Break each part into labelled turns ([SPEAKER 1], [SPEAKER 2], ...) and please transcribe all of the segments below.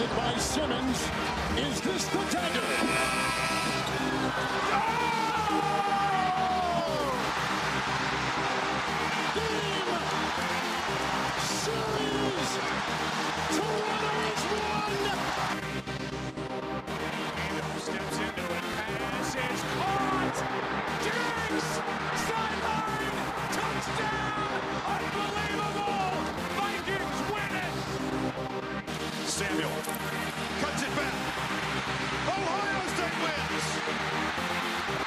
[SPEAKER 1] it by Simmons. Is this the dagger? Oh! Game series. Toronto has won.
[SPEAKER 2] Steps into it. Pass is caught. Diggs. Sideline. Touchdown. Unbelievable. Vikings win it. Samuel cuts it back. Ohio State wins.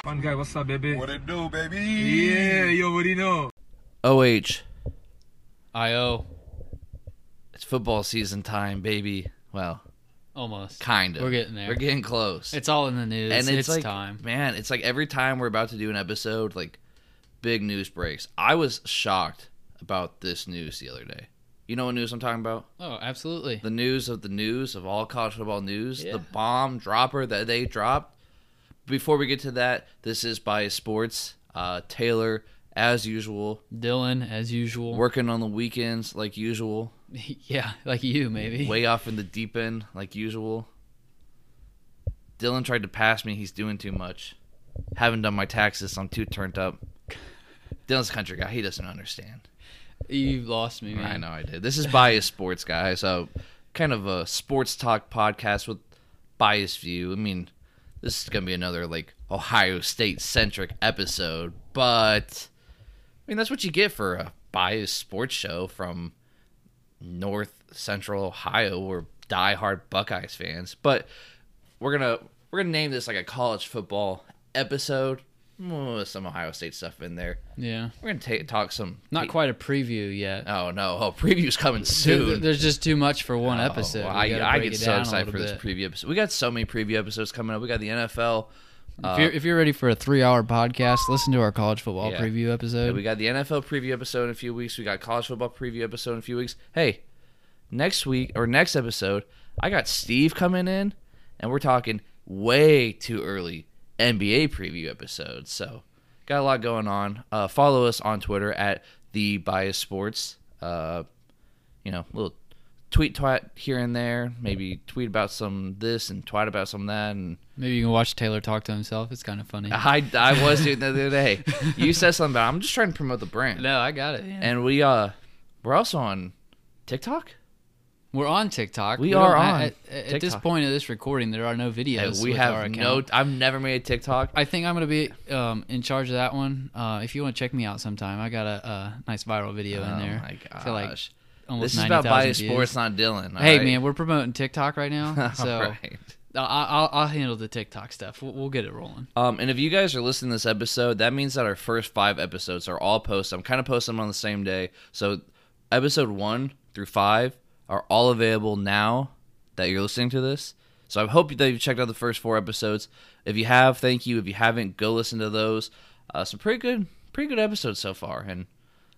[SPEAKER 3] Fun guy, what's up, baby?
[SPEAKER 4] What it do, baby?
[SPEAKER 3] Yeah, you already know.
[SPEAKER 5] OH,
[SPEAKER 6] IO
[SPEAKER 5] it's football season time, baby. Well,
[SPEAKER 6] almost.
[SPEAKER 5] kind of.
[SPEAKER 6] We're getting there.
[SPEAKER 5] We're getting close.
[SPEAKER 6] it's all in the news.
[SPEAKER 5] and it's, like,
[SPEAKER 6] time.
[SPEAKER 5] man, it's like every time we're about to do an episode, like big news breaks. I was shocked about this news the other day. You know what news I'm talking about?
[SPEAKER 6] Oh, absolutely.
[SPEAKER 5] The news of the news of all college football news.
[SPEAKER 6] Yeah.
[SPEAKER 5] The bomb dropper that they dropped. Before we get to that, this is by Sports uh, Taylor, as usual,
[SPEAKER 6] Dylan, as usual.
[SPEAKER 5] working on the weekends like usual.
[SPEAKER 6] yeah, like you maybe.
[SPEAKER 5] way off in the deep end like usual. Dylan tried to pass me. He's doing too much. Haven't done my taxes. I'm too turned up. Dylan's a country guy. He doesn't understand.
[SPEAKER 6] you lost me, man.
[SPEAKER 5] I know I did. This is bias sports guy. So kind of a sports talk podcast with bias view. I mean, this is gonna be another like Ohio State centric episode, but I mean that's what you get for a bias sports show from North Central Ohio. We're diehard Buckeyes fans, but we're gonna we're gonna name this like a college football episode. Mm, Some Ohio State stuff in there.
[SPEAKER 6] Yeah.
[SPEAKER 5] We're gonna ta talk some
[SPEAKER 6] Not quite a preview yet.
[SPEAKER 5] Oh no! Oh, preview's coming
[SPEAKER 6] Dude,
[SPEAKER 5] soon.
[SPEAKER 6] there's just too much for one
[SPEAKER 5] Oh,
[SPEAKER 6] episode.
[SPEAKER 5] well,
[SPEAKER 6] We gotta
[SPEAKER 5] I, I
[SPEAKER 6] break
[SPEAKER 5] get
[SPEAKER 6] it
[SPEAKER 5] so
[SPEAKER 6] down a
[SPEAKER 5] excited for
[SPEAKER 6] little
[SPEAKER 5] this
[SPEAKER 6] bit.
[SPEAKER 5] preview episode. We got so many preview episodes coming up. We got the NFL.
[SPEAKER 6] if, you're, if you're ready for a three-hour podcast, listen to our college football
[SPEAKER 5] Yeah.
[SPEAKER 6] preview episode.
[SPEAKER 5] We got the NFL preview episode in a few weeks. We got college football preview episode in a few weeks. Hey, next week or next episode, I got Steve coming in, and we're talking way too early NBA preview episode. So got a lot going on. Uh, follow us on Twitter at the Bias Sports. Uh, you know, little tweet twat here and there. Maybe tweet about some this and twat about some that and.
[SPEAKER 6] Maybe you can watch Taylor talk to himself. It's kind of funny.
[SPEAKER 5] I, I was doing the other day. You said something about I'm just trying to promote the brand.
[SPEAKER 6] no, I got it.
[SPEAKER 5] And we uh we're also on TikTok.
[SPEAKER 6] We're on TikTok.
[SPEAKER 5] We
[SPEAKER 6] don't-
[SPEAKER 5] are
[SPEAKER 6] I-
[SPEAKER 5] on
[SPEAKER 6] I- at, at this
[SPEAKER 5] TikTok.
[SPEAKER 6] point of this recording, there are no videos.
[SPEAKER 5] we
[SPEAKER 6] with our
[SPEAKER 5] have
[SPEAKER 6] account.
[SPEAKER 5] no I've never made a TikTok.
[SPEAKER 6] I think I'm gonna be um, in charge of that one. Uh, if you want to check me out sometime, I got a, uh nice viral video
[SPEAKER 5] Oh
[SPEAKER 6] in there.
[SPEAKER 5] my
[SPEAKER 6] I feel like
[SPEAKER 5] gosh.
[SPEAKER 6] almost
[SPEAKER 5] This is about
[SPEAKER 6] 90,000
[SPEAKER 5] bias
[SPEAKER 6] views.
[SPEAKER 5] sports, not Dylan. all
[SPEAKER 6] Hey
[SPEAKER 5] right?
[SPEAKER 6] man, we're promoting TikTok right now,
[SPEAKER 5] All
[SPEAKER 6] so
[SPEAKER 5] right.
[SPEAKER 6] I, I'll, I'll handle the TikTok stuff. We'll, we'll get it rolling.
[SPEAKER 5] Um, and if you guys are listening to this episode, that means that our first five episodes are all posted. I'm kind of posting them on the same day. So episode one through five are all available now that you're listening to this. So I hope that you've checked out the first four episodes. If you have, thank you. If you haven't, go listen to those. Uh, some pretty good, pretty good episodes so far, and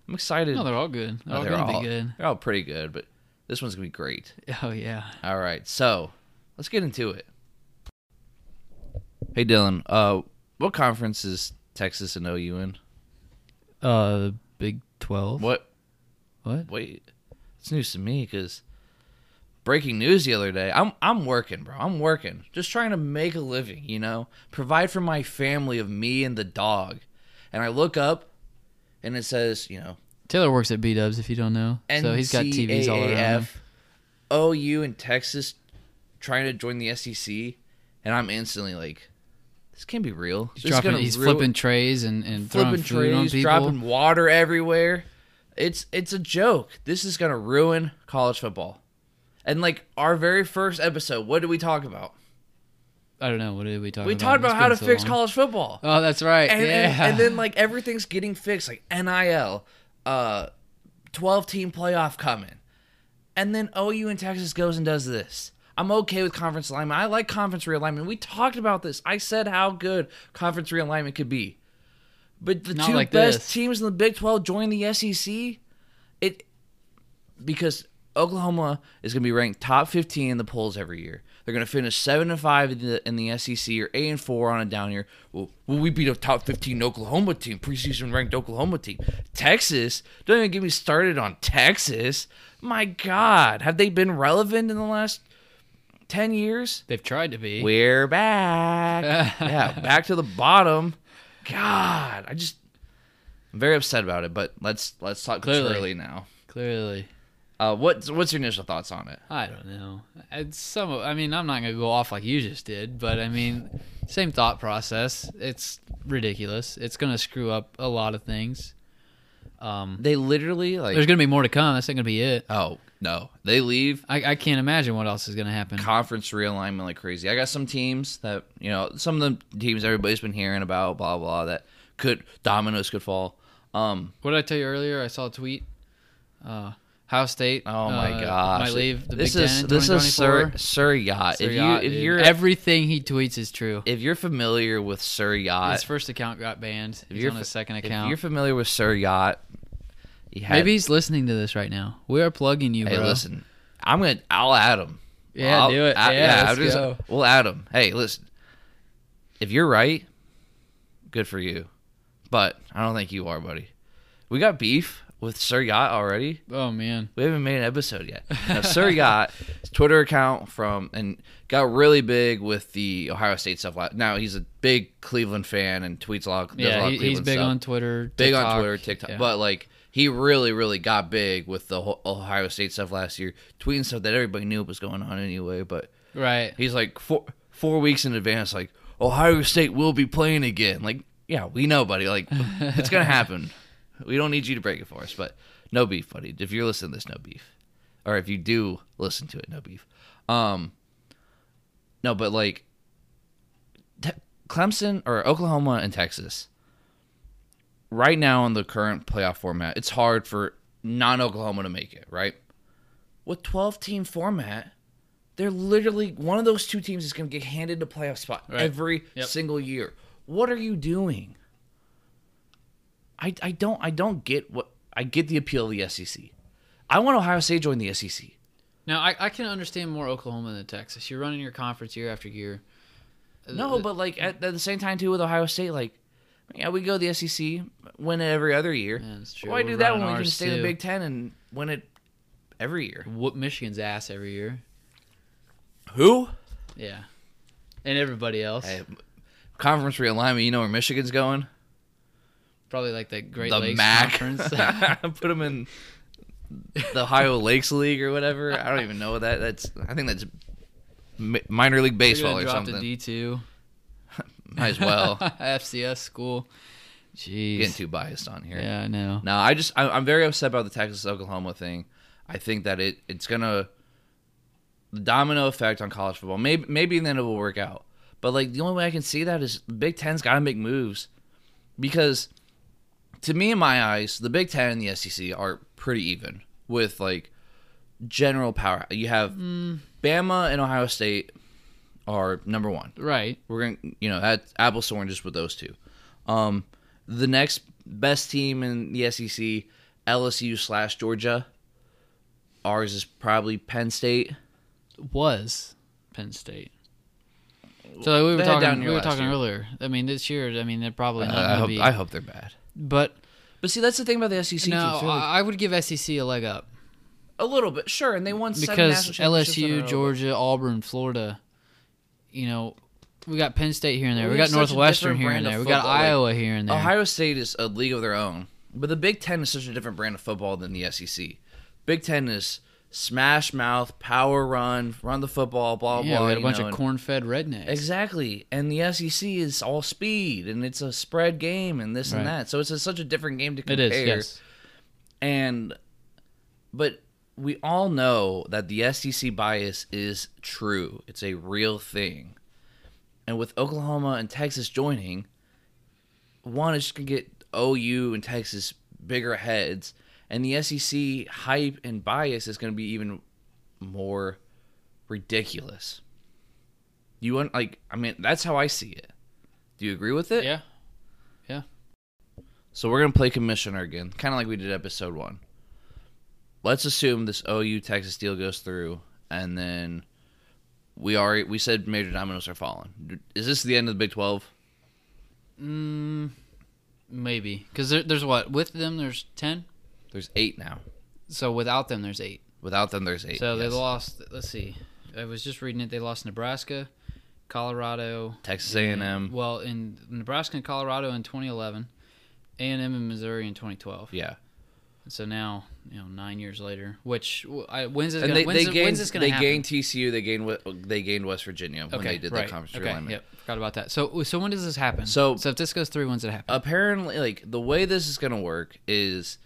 [SPEAKER 5] I'm excited.
[SPEAKER 6] No, they're all good. They're
[SPEAKER 5] Uh,
[SPEAKER 6] all
[SPEAKER 5] they're
[SPEAKER 6] gonna
[SPEAKER 5] all-
[SPEAKER 6] be good.
[SPEAKER 5] They're all pretty good, but this one's gonna be great.
[SPEAKER 6] Oh yeah.
[SPEAKER 5] All right, so let's get into it. Hey Dylan, uh, what conference is Texas and OU in?
[SPEAKER 6] Uh, Big Twelve.
[SPEAKER 5] What?
[SPEAKER 6] What?
[SPEAKER 5] Wait, it's news to me because breaking news the other day. I'm I'm working, bro. I'm working, just trying to make a living. You know, provide for my family of me and the dog. And I look up, and it says, you know,
[SPEAKER 6] Taylor works at B Dubs. If you don't know, so he's got TVs all around. him.
[SPEAKER 5] NCAAF, OU and Texas trying to join the SEC, and I'm instantly like, this can't be real.
[SPEAKER 6] He's,
[SPEAKER 5] This is
[SPEAKER 6] dropping,
[SPEAKER 5] gonna
[SPEAKER 6] he's
[SPEAKER 5] ruin-
[SPEAKER 6] flipping trays and, and throwing
[SPEAKER 5] flipping
[SPEAKER 6] food on
[SPEAKER 5] trees,
[SPEAKER 6] people.
[SPEAKER 5] dropping water everywhere. It's it's a joke. This is gonna ruin college football. And like our very first episode, what did we talk about?
[SPEAKER 6] I don't know. What did we talk about?
[SPEAKER 5] We talked
[SPEAKER 6] It's
[SPEAKER 5] about how
[SPEAKER 6] been
[SPEAKER 5] to
[SPEAKER 6] so
[SPEAKER 5] fix
[SPEAKER 6] long.
[SPEAKER 5] college football.
[SPEAKER 6] Oh, that's right.
[SPEAKER 5] and,
[SPEAKER 6] yeah.
[SPEAKER 5] and, and then like everything's getting fixed, like NIL, uh, twelve team playoff coming, and then OU in Texas goes and does this. I'm okay with conference alignment. I like conference realignment. We talked about this. I said how good conference realignment could be, but the
[SPEAKER 6] Not
[SPEAKER 5] two
[SPEAKER 6] like
[SPEAKER 5] best
[SPEAKER 6] this.
[SPEAKER 5] teams in the Big Twelve join the E SEC. It because Oklahoma is going to be ranked top 15 in the polls every year. They're going to finish seven and five in the, in the SEC or eight and four on a down year. Well, will we beat a top 15 Oklahoma team, preseason ranked Oklahoma team? Texas, don't even get me started on Texas. My God, have they been relevant in the last 10 years.
[SPEAKER 6] They've tried to be.
[SPEAKER 5] We're back. yeah, back to the bottom. God, I just I'm very upset about it, but let's let's talk
[SPEAKER 6] Clearly.
[SPEAKER 5] Clearly. now.
[SPEAKER 6] Clearly.
[SPEAKER 5] Uh what's what's your initial thoughts on it?
[SPEAKER 6] I don't know. It's some. of- I mean, I'm not gonna go off like you just did, but I mean, same thought process. It's ridiculous. It's gonna screw up a lot of things. Um,
[SPEAKER 5] Mm-hmm. They literally like
[SPEAKER 6] there's gonna be more to come. That's not gonna be it.
[SPEAKER 5] Oh, no. They leave
[SPEAKER 6] I, I can't imagine what else is gonna happen.
[SPEAKER 5] conference realignment like crazy. I got some teams that you know, some of the teams everybody's been hearing about, blah blah, that could dominoes could fall. Um,
[SPEAKER 6] What did I tell you earlier? I saw a tweet. Uh, Ohio State.
[SPEAKER 5] oh my
[SPEAKER 6] uh,
[SPEAKER 5] gosh,
[SPEAKER 6] Might leave the
[SPEAKER 5] this
[SPEAKER 6] Big
[SPEAKER 5] is
[SPEAKER 6] Ten in
[SPEAKER 5] this is Sir
[SPEAKER 6] 2024.
[SPEAKER 5] Sir Yacht.
[SPEAKER 6] Sir
[SPEAKER 5] if
[SPEAKER 6] Yacht,
[SPEAKER 5] you if
[SPEAKER 6] dude.
[SPEAKER 5] you're
[SPEAKER 6] everything he tweets is true.
[SPEAKER 5] if you're familiar with Sir Yacht,
[SPEAKER 6] His first account got banned.
[SPEAKER 5] If
[SPEAKER 6] He's
[SPEAKER 5] you're
[SPEAKER 6] on
[SPEAKER 5] fa-
[SPEAKER 6] his second
[SPEAKER 5] If
[SPEAKER 6] account.
[SPEAKER 5] you're familiar with Sir Yacht, he had,
[SPEAKER 6] Maybe he's listening to this right now. We are plugging you,
[SPEAKER 5] Hey,
[SPEAKER 6] bro.
[SPEAKER 5] listen, I'm gonna. I'll add him.
[SPEAKER 6] Yeah,
[SPEAKER 5] I'll-
[SPEAKER 6] do it.
[SPEAKER 5] I-
[SPEAKER 6] Yeah,
[SPEAKER 5] I'll
[SPEAKER 6] let's go.
[SPEAKER 5] We'll add him. Hey, listen. If you're right, good for you. But I don't think you are, buddy. We got beef with Sir Yacht already.
[SPEAKER 6] Oh man.
[SPEAKER 5] We haven't made an episode yet. Now, Sir Yacht, his Twitter account from and got really big with the Ohio State stuff. la- Now he's a big Cleveland fan and tweets a lot. does a lot of
[SPEAKER 6] Yeah, he, he's
[SPEAKER 5] Cleveland
[SPEAKER 6] big
[SPEAKER 5] stuff
[SPEAKER 6] on Twitter.
[SPEAKER 5] big
[SPEAKER 6] TikTok.
[SPEAKER 5] on Twitter, TikTok.
[SPEAKER 6] Yeah.
[SPEAKER 5] But like he really, really got big with the whole Ohio State stuff last year, tweeting stuff that everybody knew was going on anyway. But
[SPEAKER 6] right,
[SPEAKER 5] he's like four four weeks in advance, like Ohio State will be playing again. Like yeah, we know, buddy. Like it's gonna happen. We don't need you to break it for us, but no beef, buddy. If you're listening to this, no beef. Or if you do listen to it, no beef. Um, no, but like Te- Clemson or Oklahoma and Texas. Right now in the current playoff format, it's hard for non-Oklahoma to make it, right? With 12-team format, they're literally one of those two teams is going to get handed a playoff spot
[SPEAKER 6] Right.
[SPEAKER 5] every
[SPEAKER 6] Yep.
[SPEAKER 5] single year. What are you doing? I I don't I don't get what I get the appeal of the SEC. I want Ohio State to join the E SEC.
[SPEAKER 6] now I, I can understand more Oklahoma than Texas. You're running your conference year after year. Uh,
[SPEAKER 5] No, but like at, at the same time too with Ohio State, like yeah, we go to the SEC, win it every other year.
[SPEAKER 6] Yeah, that's true.
[SPEAKER 5] Why
[SPEAKER 6] We're
[SPEAKER 5] do that
[SPEAKER 6] running
[SPEAKER 5] when we can
[SPEAKER 6] ours,
[SPEAKER 5] just stay in the
[SPEAKER 6] too.
[SPEAKER 5] Big Ten and win it every year?
[SPEAKER 6] Whoop Michigan's ass every year.
[SPEAKER 5] Who?
[SPEAKER 6] Yeah, and everybody else.
[SPEAKER 5] conference realignment. You know where Michigan's going?
[SPEAKER 6] Probably like that Great
[SPEAKER 5] the
[SPEAKER 6] Lakes
[SPEAKER 5] MAC.
[SPEAKER 6] conference.
[SPEAKER 5] Put them in the Ohio Lakes League or whatever. I don't even know what that. That's I think that's mi- minor league
[SPEAKER 6] They're
[SPEAKER 5] baseball
[SPEAKER 6] gonna
[SPEAKER 5] or
[SPEAKER 6] drop
[SPEAKER 5] something.
[SPEAKER 6] to D two.
[SPEAKER 5] Might as well.
[SPEAKER 6] FCS school. Jeez.
[SPEAKER 5] Getting too biased on here.
[SPEAKER 6] yeah, I know.
[SPEAKER 5] No, I just I, I'm very upset about the Texas Oklahoma thing. I think that it it's gonna the domino effect on college football. Maybe maybe then it will work out. But like the only way I can see that is the Big Ten's got to make moves because to me in my eyes the Big Ten and the SEC are pretty even with like general power. You have Bama and Ohio State are number one
[SPEAKER 6] Right.
[SPEAKER 5] we're gonna you know at apples to oranges with those two. Um, the next best team in the E SEC, LSU slash Georgia. Ours is probably Penn State.
[SPEAKER 6] was Penn State. So like, we were
[SPEAKER 5] They had
[SPEAKER 6] talking.
[SPEAKER 5] down
[SPEAKER 6] We
[SPEAKER 5] here
[SPEAKER 6] were
[SPEAKER 5] last
[SPEAKER 6] talking
[SPEAKER 5] year.
[SPEAKER 6] earlier. I mean, this year. I mean, they're probably not
[SPEAKER 5] Uh, I
[SPEAKER 6] going to
[SPEAKER 5] hope
[SPEAKER 6] be.
[SPEAKER 5] I hope they're bad.
[SPEAKER 6] But
[SPEAKER 5] But see, that's the thing about the SEC.
[SPEAKER 6] no,
[SPEAKER 5] teams, too, like,
[SPEAKER 6] I, I would give SEC a leg up
[SPEAKER 5] a little bit, sure, and they won seven
[SPEAKER 6] because
[SPEAKER 5] national championships in a
[SPEAKER 6] LSU,
[SPEAKER 5] row.
[SPEAKER 6] Georgia, Auburn, Florida. You know, we got Penn State here and there.
[SPEAKER 5] We
[SPEAKER 6] We,
[SPEAKER 5] have
[SPEAKER 6] got
[SPEAKER 5] such a
[SPEAKER 6] Northwestern
[SPEAKER 5] different
[SPEAKER 6] here and
[SPEAKER 5] brand of
[SPEAKER 6] there. We got
[SPEAKER 5] football, like,
[SPEAKER 6] Iowa here and there.
[SPEAKER 5] Ohio State is a league of their own, but the Big Ten is such a different brand of football than the SEC. Big Ten is smash mouth, power run, run the football, blah
[SPEAKER 6] yeah,
[SPEAKER 5] blah.
[SPEAKER 6] we had a
[SPEAKER 5] you
[SPEAKER 6] bunch
[SPEAKER 5] know,
[SPEAKER 6] of
[SPEAKER 5] and-
[SPEAKER 6] corn-fed rednecks.
[SPEAKER 5] Exactly. And the SEC is all speed and it's a spread game and this and
[SPEAKER 6] Right.
[SPEAKER 5] that. So it's a, such a different game to
[SPEAKER 6] It
[SPEAKER 5] compare.
[SPEAKER 6] is. Yes.
[SPEAKER 5] And but we all know that the SEC bias is true. It's a real thing. And with Oklahoma and Texas joining, one is just gonna get OU and Texas bigger heads, and the SEC hype and bias is gonna be even more ridiculous. You want like I mean that's how I see it. Do you agree with it?
[SPEAKER 6] Yeah.
[SPEAKER 5] So we're gonna play commissioner again, kind of like we did episode one. Let's assume this OU Texas deal goes through, and then we already we said major dominoes are falling. Is this the end of the Big Twelve?
[SPEAKER 6] Maybe because there, there's what with them there's ten.
[SPEAKER 5] There's eight now.
[SPEAKER 6] So without them there's eight.
[SPEAKER 5] Without them, there's eight.
[SPEAKER 6] So they
[SPEAKER 5] yes.
[SPEAKER 6] lost. Let's see. I was just reading it. They lost Nebraska, Colorado,
[SPEAKER 5] Texas A&M.
[SPEAKER 6] Well, in Nebraska and Colorado in 2011, A and M and Missouri in 2012.
[SPEAKER 5] Yeah,
[SPEAKER 6] So now, you know, nine years later, which w- I, when's this
[SPEAKER 5] and
[SPEAKER 6] gonna,
[SPEAKER 5] they,
[SPEAKER 6] when's,
[SPEAKER 5] they
[SPEAKER 6] it-
[SPEAKER 5] gained
[SPEAKER 6] when's this going to
[SPEAKER 5] they
[SPEAKER 6] happen?
[SPEAKER 5] gained TCU. They gained Wa- they gained West Virginia when they did the conference
[SPEAKER 6] okay,
[SPEAKER 5] realignment.
[SPEAKER 6] Yep, forgot about that. So so when does this happen?
[SPEAKER 5] So-
[SPEAKER 6] so if this goes through, when's it happen?
[SPEAKER 5] apparently like the way this is gonna work is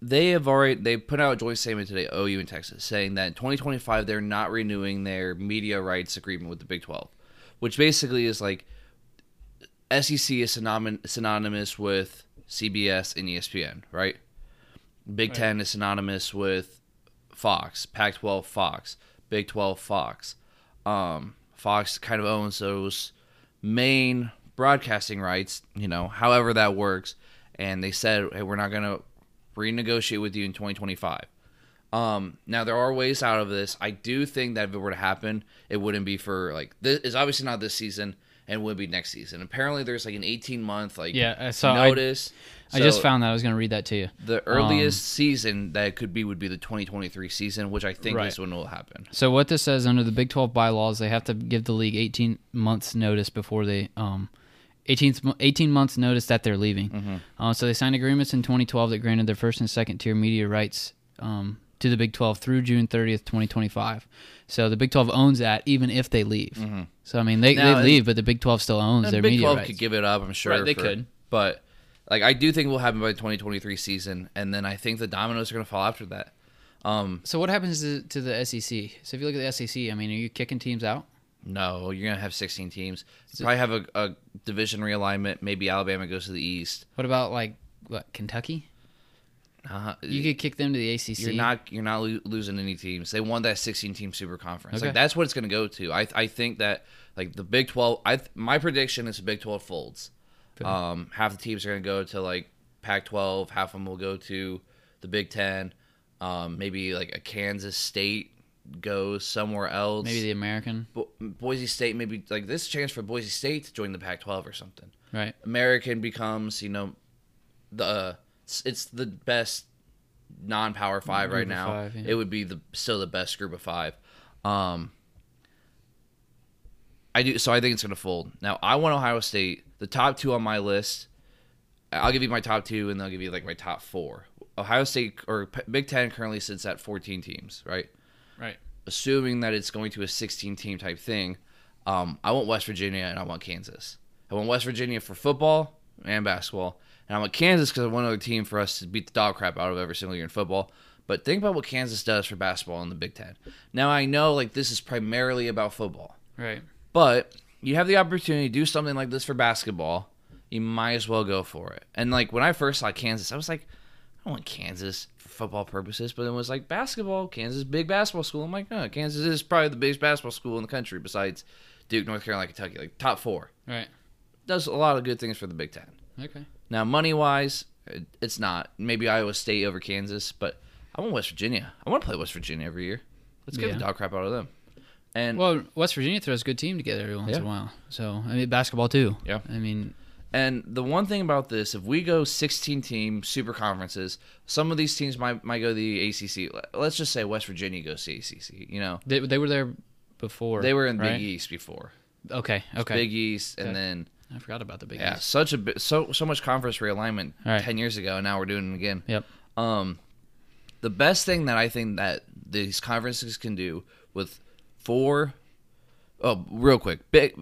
[SPEAKER 5] they have already they put out a joint statement today ou in texas saying that in 2025 they're not renewing their media rights agreement with the big 12 which basically is like sec is synonym, synonymous with cbs and E espn right big 10 is synonymous with fox pac 12 fox big 12 fox um, Fox kind of owns those main broadcasting rights, you know, however that works. And they said, hey, we're not going to renegotiate with you in 2025. Um, now, there are ways out of this. I do think that if it were to happen, it wouldn't be for like, this is obviously not this season and would be next season. Apparently, there's like an 18 month, like,
[SPEAKER 6] Yeah, I saw- I-
[SPEAKER 5] notice.
[SPEAKER 6] I just
[SPEAKER 5] So
[SPEAKER 6] found that I was going to read that to you.
[SPEAKER 5] the earliest season that it could be would be the 2023 season, which I think
[SPEAKER 6] Right.
[SPEAKER 5] this one will happen.
[SPEAKER 6] So what this says under the Big 12 bylaws, they have to give the league 18 months notice before they um 18 mo- 18 months notice that they're leaving.
[SPEAKER 5] Mm-hmm.
[SPEAKER 6] Uh, so they signed agreements in 2012 that granted their first and second tier media rights um, to the Big 12 through June 30th, 2025. So the Big 12 owns that even if they leave.
[SPEAKER 5] Mm-hmm.
[SPEAKER 6] So I mean they,
[SPEAKER 5] Now,
[SPEAKER 6] they
[SPEAKER 5] and-
[SPEAKER 6] leave, but the Big 12 still owns their
[SPEAKER 5] Big
[SPEAKER 6] media
[SPEAKER 5] 12
[SPEAKER 6] rights.
[SPEAKER 5] could give it up, I'm sure.
[SPEAKER 6] Right, they could.
[SPEAKER 5] But like I do think will happen by the 2023 season and then I think the dominoes are going to fall after that.
[SPEAKER 6] so what happens to, to the SEC? So if you look at the SEC, I mean, are you kicking teams out?
[SPEAKER 5] No, you're going to have 16 teams. You probably have a, a division realignment, maybe Alabama goes to the east.
[SPEAKER 6] What about like what Kentucky?
[SPEAKER 5] Uh,
[SPEAKER 6] You could kick them to the ACC.
[SPEAKER 5] you're not you're not lo- losing any teams. They won that 16 team super conference.
[SPEAKER 6] Okay.
[SPEAKER 5] Like that's what it's going to go to. I I think that like the Big 12 I th- my prediction is the Big 12 folds. Um half the teams are going to go to like Pac 12, half of them will go to the Big 10. Um maybe like a Kansas State goes somewhere else.
[SPEAKER 6] maybe the American,
[SPEAKER 5] Bo- Boise State maybe like this is a chance for Boise State to join the Pac 12 or something.
[SPEAKER 6] right?
[SPEAKER 5] American becomes, you know, the uh, s- it's the best non-power five right
[SPEAKER 6] of
[SPEAKER 5] now.
[SPEAKER 6] five, yeah.
[SPEAKER 5] It would be the still the best group of five. Um, I do so. I think it's going to fold. Now I want Ohio State. The top two on my list. I'll give you my top two, and then I'll give you like my top four. Ohio State or P- Big Ten currently sits at fourteen teams, right?
[SPEAKER 6] Right.
[SPEAKER 5] assuming that it's going to a 16 team type thing, um, I want West Virginia and I want Kansas. I want West Virginia for football and basketball, and I want Kansas because I want another team for us to beat the dog crap out of every single year in football. But think about what Kansas does for basketball in the Big Ten. Now I know like this is primarily about football,
[SPEAKER 6] Right.
[SPEAKER 5] but you have the opportunity to do something like this for basketball. You might as well go for it. And like when I first saw Kansas, I was like, I don't want Kansas for football purposes, but then it was like basketball, Kansas, big basketball school. I'm like, oh, Kansas is probably the biggest basketball school in the country besides Duke, North Carolina, Kentucky, like top four.
[SPEAKER 6] Right.
[SPEAKER 5] Does a lot of good things for the Big Ten.
[SPEAKER 6] Okay.
[SPEAKER 5] Now, money wise, it's not. Maybe Iowa State over Kansas, but I want West Virginia. I want to play West Virginia every year. Let's get
[SPEAKER 6] Yeah.
[SPEAKER 5] the dog crap out of them. And
[SPEAKER 6] Well, West Virginia throws a good team together every once
[SPEAKER 5] Yeah.
[SPEAKER 6] in a while. So I mean, basketball too.
[SPEAKER 5] Yeah.
[SPEAKER 6] I mean,
[SPEAKER 5] And the one thing about this, if we go 16 team super conferences, some of these teams might might go to the ACC. Let- Let's just say West Virginia goes to ACC. You know,
[SPEAKER 6] they, they were there before.
[SPEAKER 5] they were in
[SPEAKER 6] right?
[SPEAKER 5] Big East before,
[SPEAKER 6] Okay. Okay.
[SPEAKER 5] Big East, and
[SPEAKER 6] Okay.
[SPEAKER 5] then
[SPEAKER 6] I forgot about the Big
[SPEAKER 5] yeah,
[SPEAKER 6] East.
[SPEAKER 5] such a bi- so so much conference realignment
[SPEAKER 6] All right.
[SPEAKER 5] 10 years ago, and now we're doing it again.
[SPEAKER 6] Yep.
[SPEAKER 5] Um, the best thing that I think that these conferences can do with four, oh, real quick, big,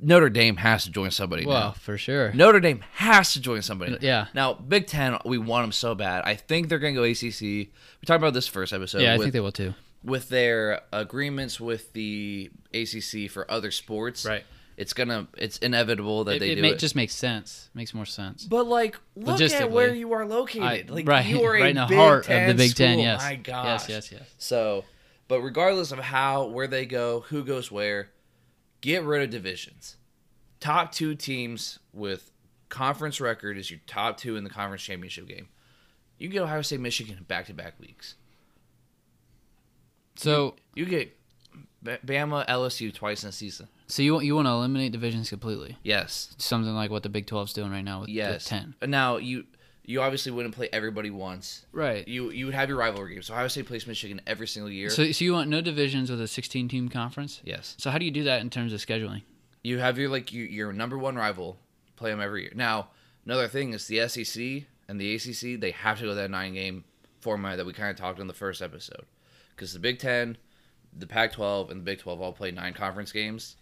[SPEAKER 5] Notre Dame has to join somebody.
[SPEAKER 6] Well,
[SPEAKER 5] now.
[SPEAKER 6] for sure.
[SPEAKER 5] Notre Dame has to join somebody.
[SPEAKER 6] Yeah.
[SPEAKER 5] Now, Big Ten, we want them so bad. I think they're going to go ACC. We talked about this first episode.
[SPEAKER 6] yeah, I
[SPEAKER 5] with,
[SPEAKER 6] think they will too.
[SPEAKER 5] with their agreements with the ACC for other sports.
[SPEAKER 6] Right.
[SPEAKER 5] It's gonna. It's inevitable that
[SPEAKER 6] It,
[SPEAKER 5] they
[SPEAKER 6] it
[SPEAKER 5] do
[SPEAKER 6] ma-
[SPEAKER 5] it.
[SPEAKER 6] just makes sense. Makes more sense.
[SPEAKER 5] but like, look at
[SPEAKER 6] Logistically.
[SPEAKER 5] where you are located.
[SPEAKER 6] I-
[SPEAKER 5] like,
[SPEAKER 6] right-
[SPEAKER 5] you are
[SPEAKER 6] right
[SPEAKER 5] a
[SPEAKER 6] in the
[SPEAKER 5] Big
[SPEAKER 6] heart of
[SPEAKER 5] Ten
[SPEAKER 6] the Big Ten,
[SPEAKER 5] school.
[SPEAKER 6] yes.
[SPEAKER 5] My
[SPEAKER 6] Yes,
[SPEAKER 5] gosh.
[SPEAKER 6] yes, yes.
[SPEAKER 5] So, but regardless of how, where they go, who goes where, get rid of divisions. Top two teams with conference record is your top two in the conference championship game. You get Ohio State, Michigan back to back weeks.
[SPEAKER 6] So,
[SPEAKER 5] You get B- Bama, LSU twice in a season.
[SPEAKER 6] so you want you want to eliminate divisions completely?
[SPEAKER 5] Yes,
[SPEAKER 6] Something like what the Big 12's doing right now with
[SPEAKER 5] yes.
[SPEAKER 6] the ten.
[SPEAKER 5] Now you you obviously wouldn't play everybody once.
[SPEAKER 6] Right.
[SPEAKER 5] You you would have your rivalry games. So Ohio State plays Michigan every single year.
[SPEAKER 6] So, so you want no divisions with a 16 team conference?
[SPEAKER 5] yes.
[SPEAKER 6] So how do you do that in terms of scheduling?
[SPEAKER 5] You have your like your, your number one rival. Play them every year. Now another thing is the SEC and the ACC. They have to go that nine game format that we kind of talked on the first episode, because the Big Ten, the Pac-12, and the Big 12 all play nine conference games.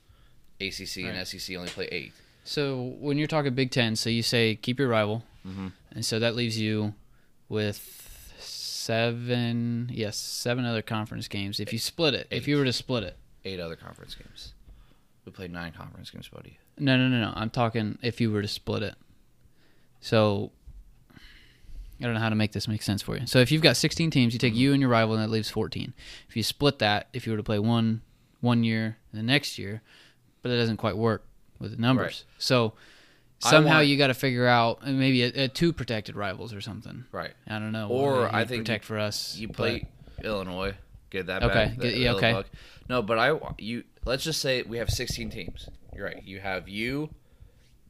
[SPEAKER 5] ACC and SEC only play eight.
[SPEAKER 6] So when you're talking Big Ten, so you say keep your rival, and so that leaves you with seven, yes, seven other conference games. If you split it, if you were to split it,
[SPEAKER 5] Eight other conference games. We played nine conference games, buddy.
[SPEAKER 6] no, no, no, no. I'm talking if you were to split it. So I don't know how to make this make sense for you. So if you've got 16 teams, you
[SPEAKER 5] Mm-hmm.
[SPEAKER 6] take you and your rival, and that leaves 14. If you split that, if you were to play one one year and the next year, but that doesn't quite work with the numbers. So somehow
[SPEAKER 5] want-
[SPEAKER 6] you got to figure out uh, maybe a, a two protected rivals or something.
[SPEAKER 5] Right.
[SPEAKER 6] I don't know.
[SPEAKER 5] Or
[SPEAKER 6] whether you
[SPEAKER 5] I think
[SPEAKER 6] protect for us.
[SPEAKER 5] You
[SPEAKER 6] but-
[SPEAKER 5] play Illinois. Get that
[SPEAKER 6] Okay,
[SPEAKER 5] back.
[SPEAKER 6] get-
[SPEAKER 5] that
[SPEAKER 6] yeah,
[SPEAKER 5] little
[SPEAKER 6] okay.
[SPEAKER 5] buck. No, but I wa- you let's just say we have 16 teams. You're right. You have you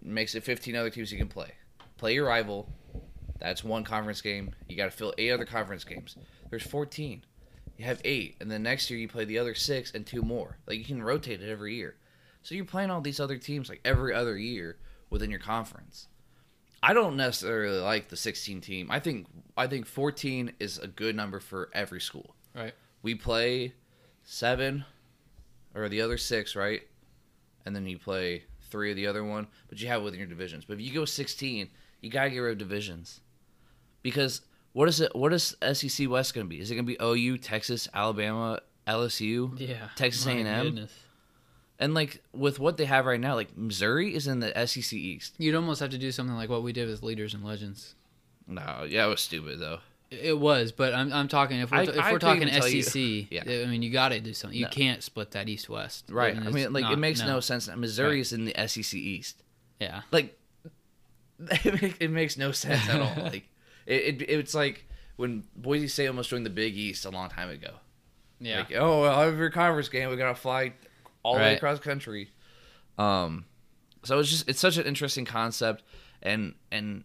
[SPEAKER 5] makes it 15 other teams you can play. Play your rival. That's one conference game. You got to fill eight other conference games. There's 14. You have eight, and then next year you play the other six and two more. Like you can rotate it every year. So you're playing all these other teams like every other year within your conference. I don't necessarily like the 16 team. I think I think 14 is a good number for every school.
[SPEAKER 6] right.
[SPEAKER 5] We play 7 or the other 6, right? And then you play 3 of the other one, but you have it within your divisions. But if you go 16, you got to get rid of divisions. Because what is it what is SEC West going to be? Is it going to be OU, Texas, Alabama, LSU, Texas A&M? And like with what they have right now, like Missouri is in the SEC East.
[SPEAKER 6] You'd almost have to do something like what we did with leaders and legends.
[SPEAKER 5] No, yeah, it was stupid though.
[SPEAKER 6] It was, but I'm, I'm talking if we're,
[SPEAKER 5] I-
[SPEAKER 6] if
[SPEAKER 5] I
[SPEAKER 6] we're
[SPEAKER 5] couldn't even
[SPEAKER 6] talking
[SPEAKER 5] tell you-
[SPEAKER 6] SEC.
[SPEAKER 5] Yeah.
[SPEAKER 6] I mean, you got to do something. You
[SPEAKER 5] No.
[SPEAKER 6] can't split that East West.
[SPEAKER 5] Right.
[SPEAKER 6] And
[SPEAKER 5] I
[SPEAKER 6] it's
[SPEAKER 5] mean, like it
[SPEAKER 6] not-
[SPEAKER 5] makes no, sense. that Missouri is in the SEC East.
[SPEAKER 6] Yeah.
[SPEAKER 5] Like, it, make, it makes no sense at all. Like, it, it it's like when Boise State almost joined the Big East a long time ago.
[SPEAKER 6] Yeah.
[SPEAKER 5] Like, oh, well, every conference game we gotta fly all the way
[SPEAKER 6] Right.
[SPEAKER 5] across the country. Um, so it's just it's such an interesting concept, and and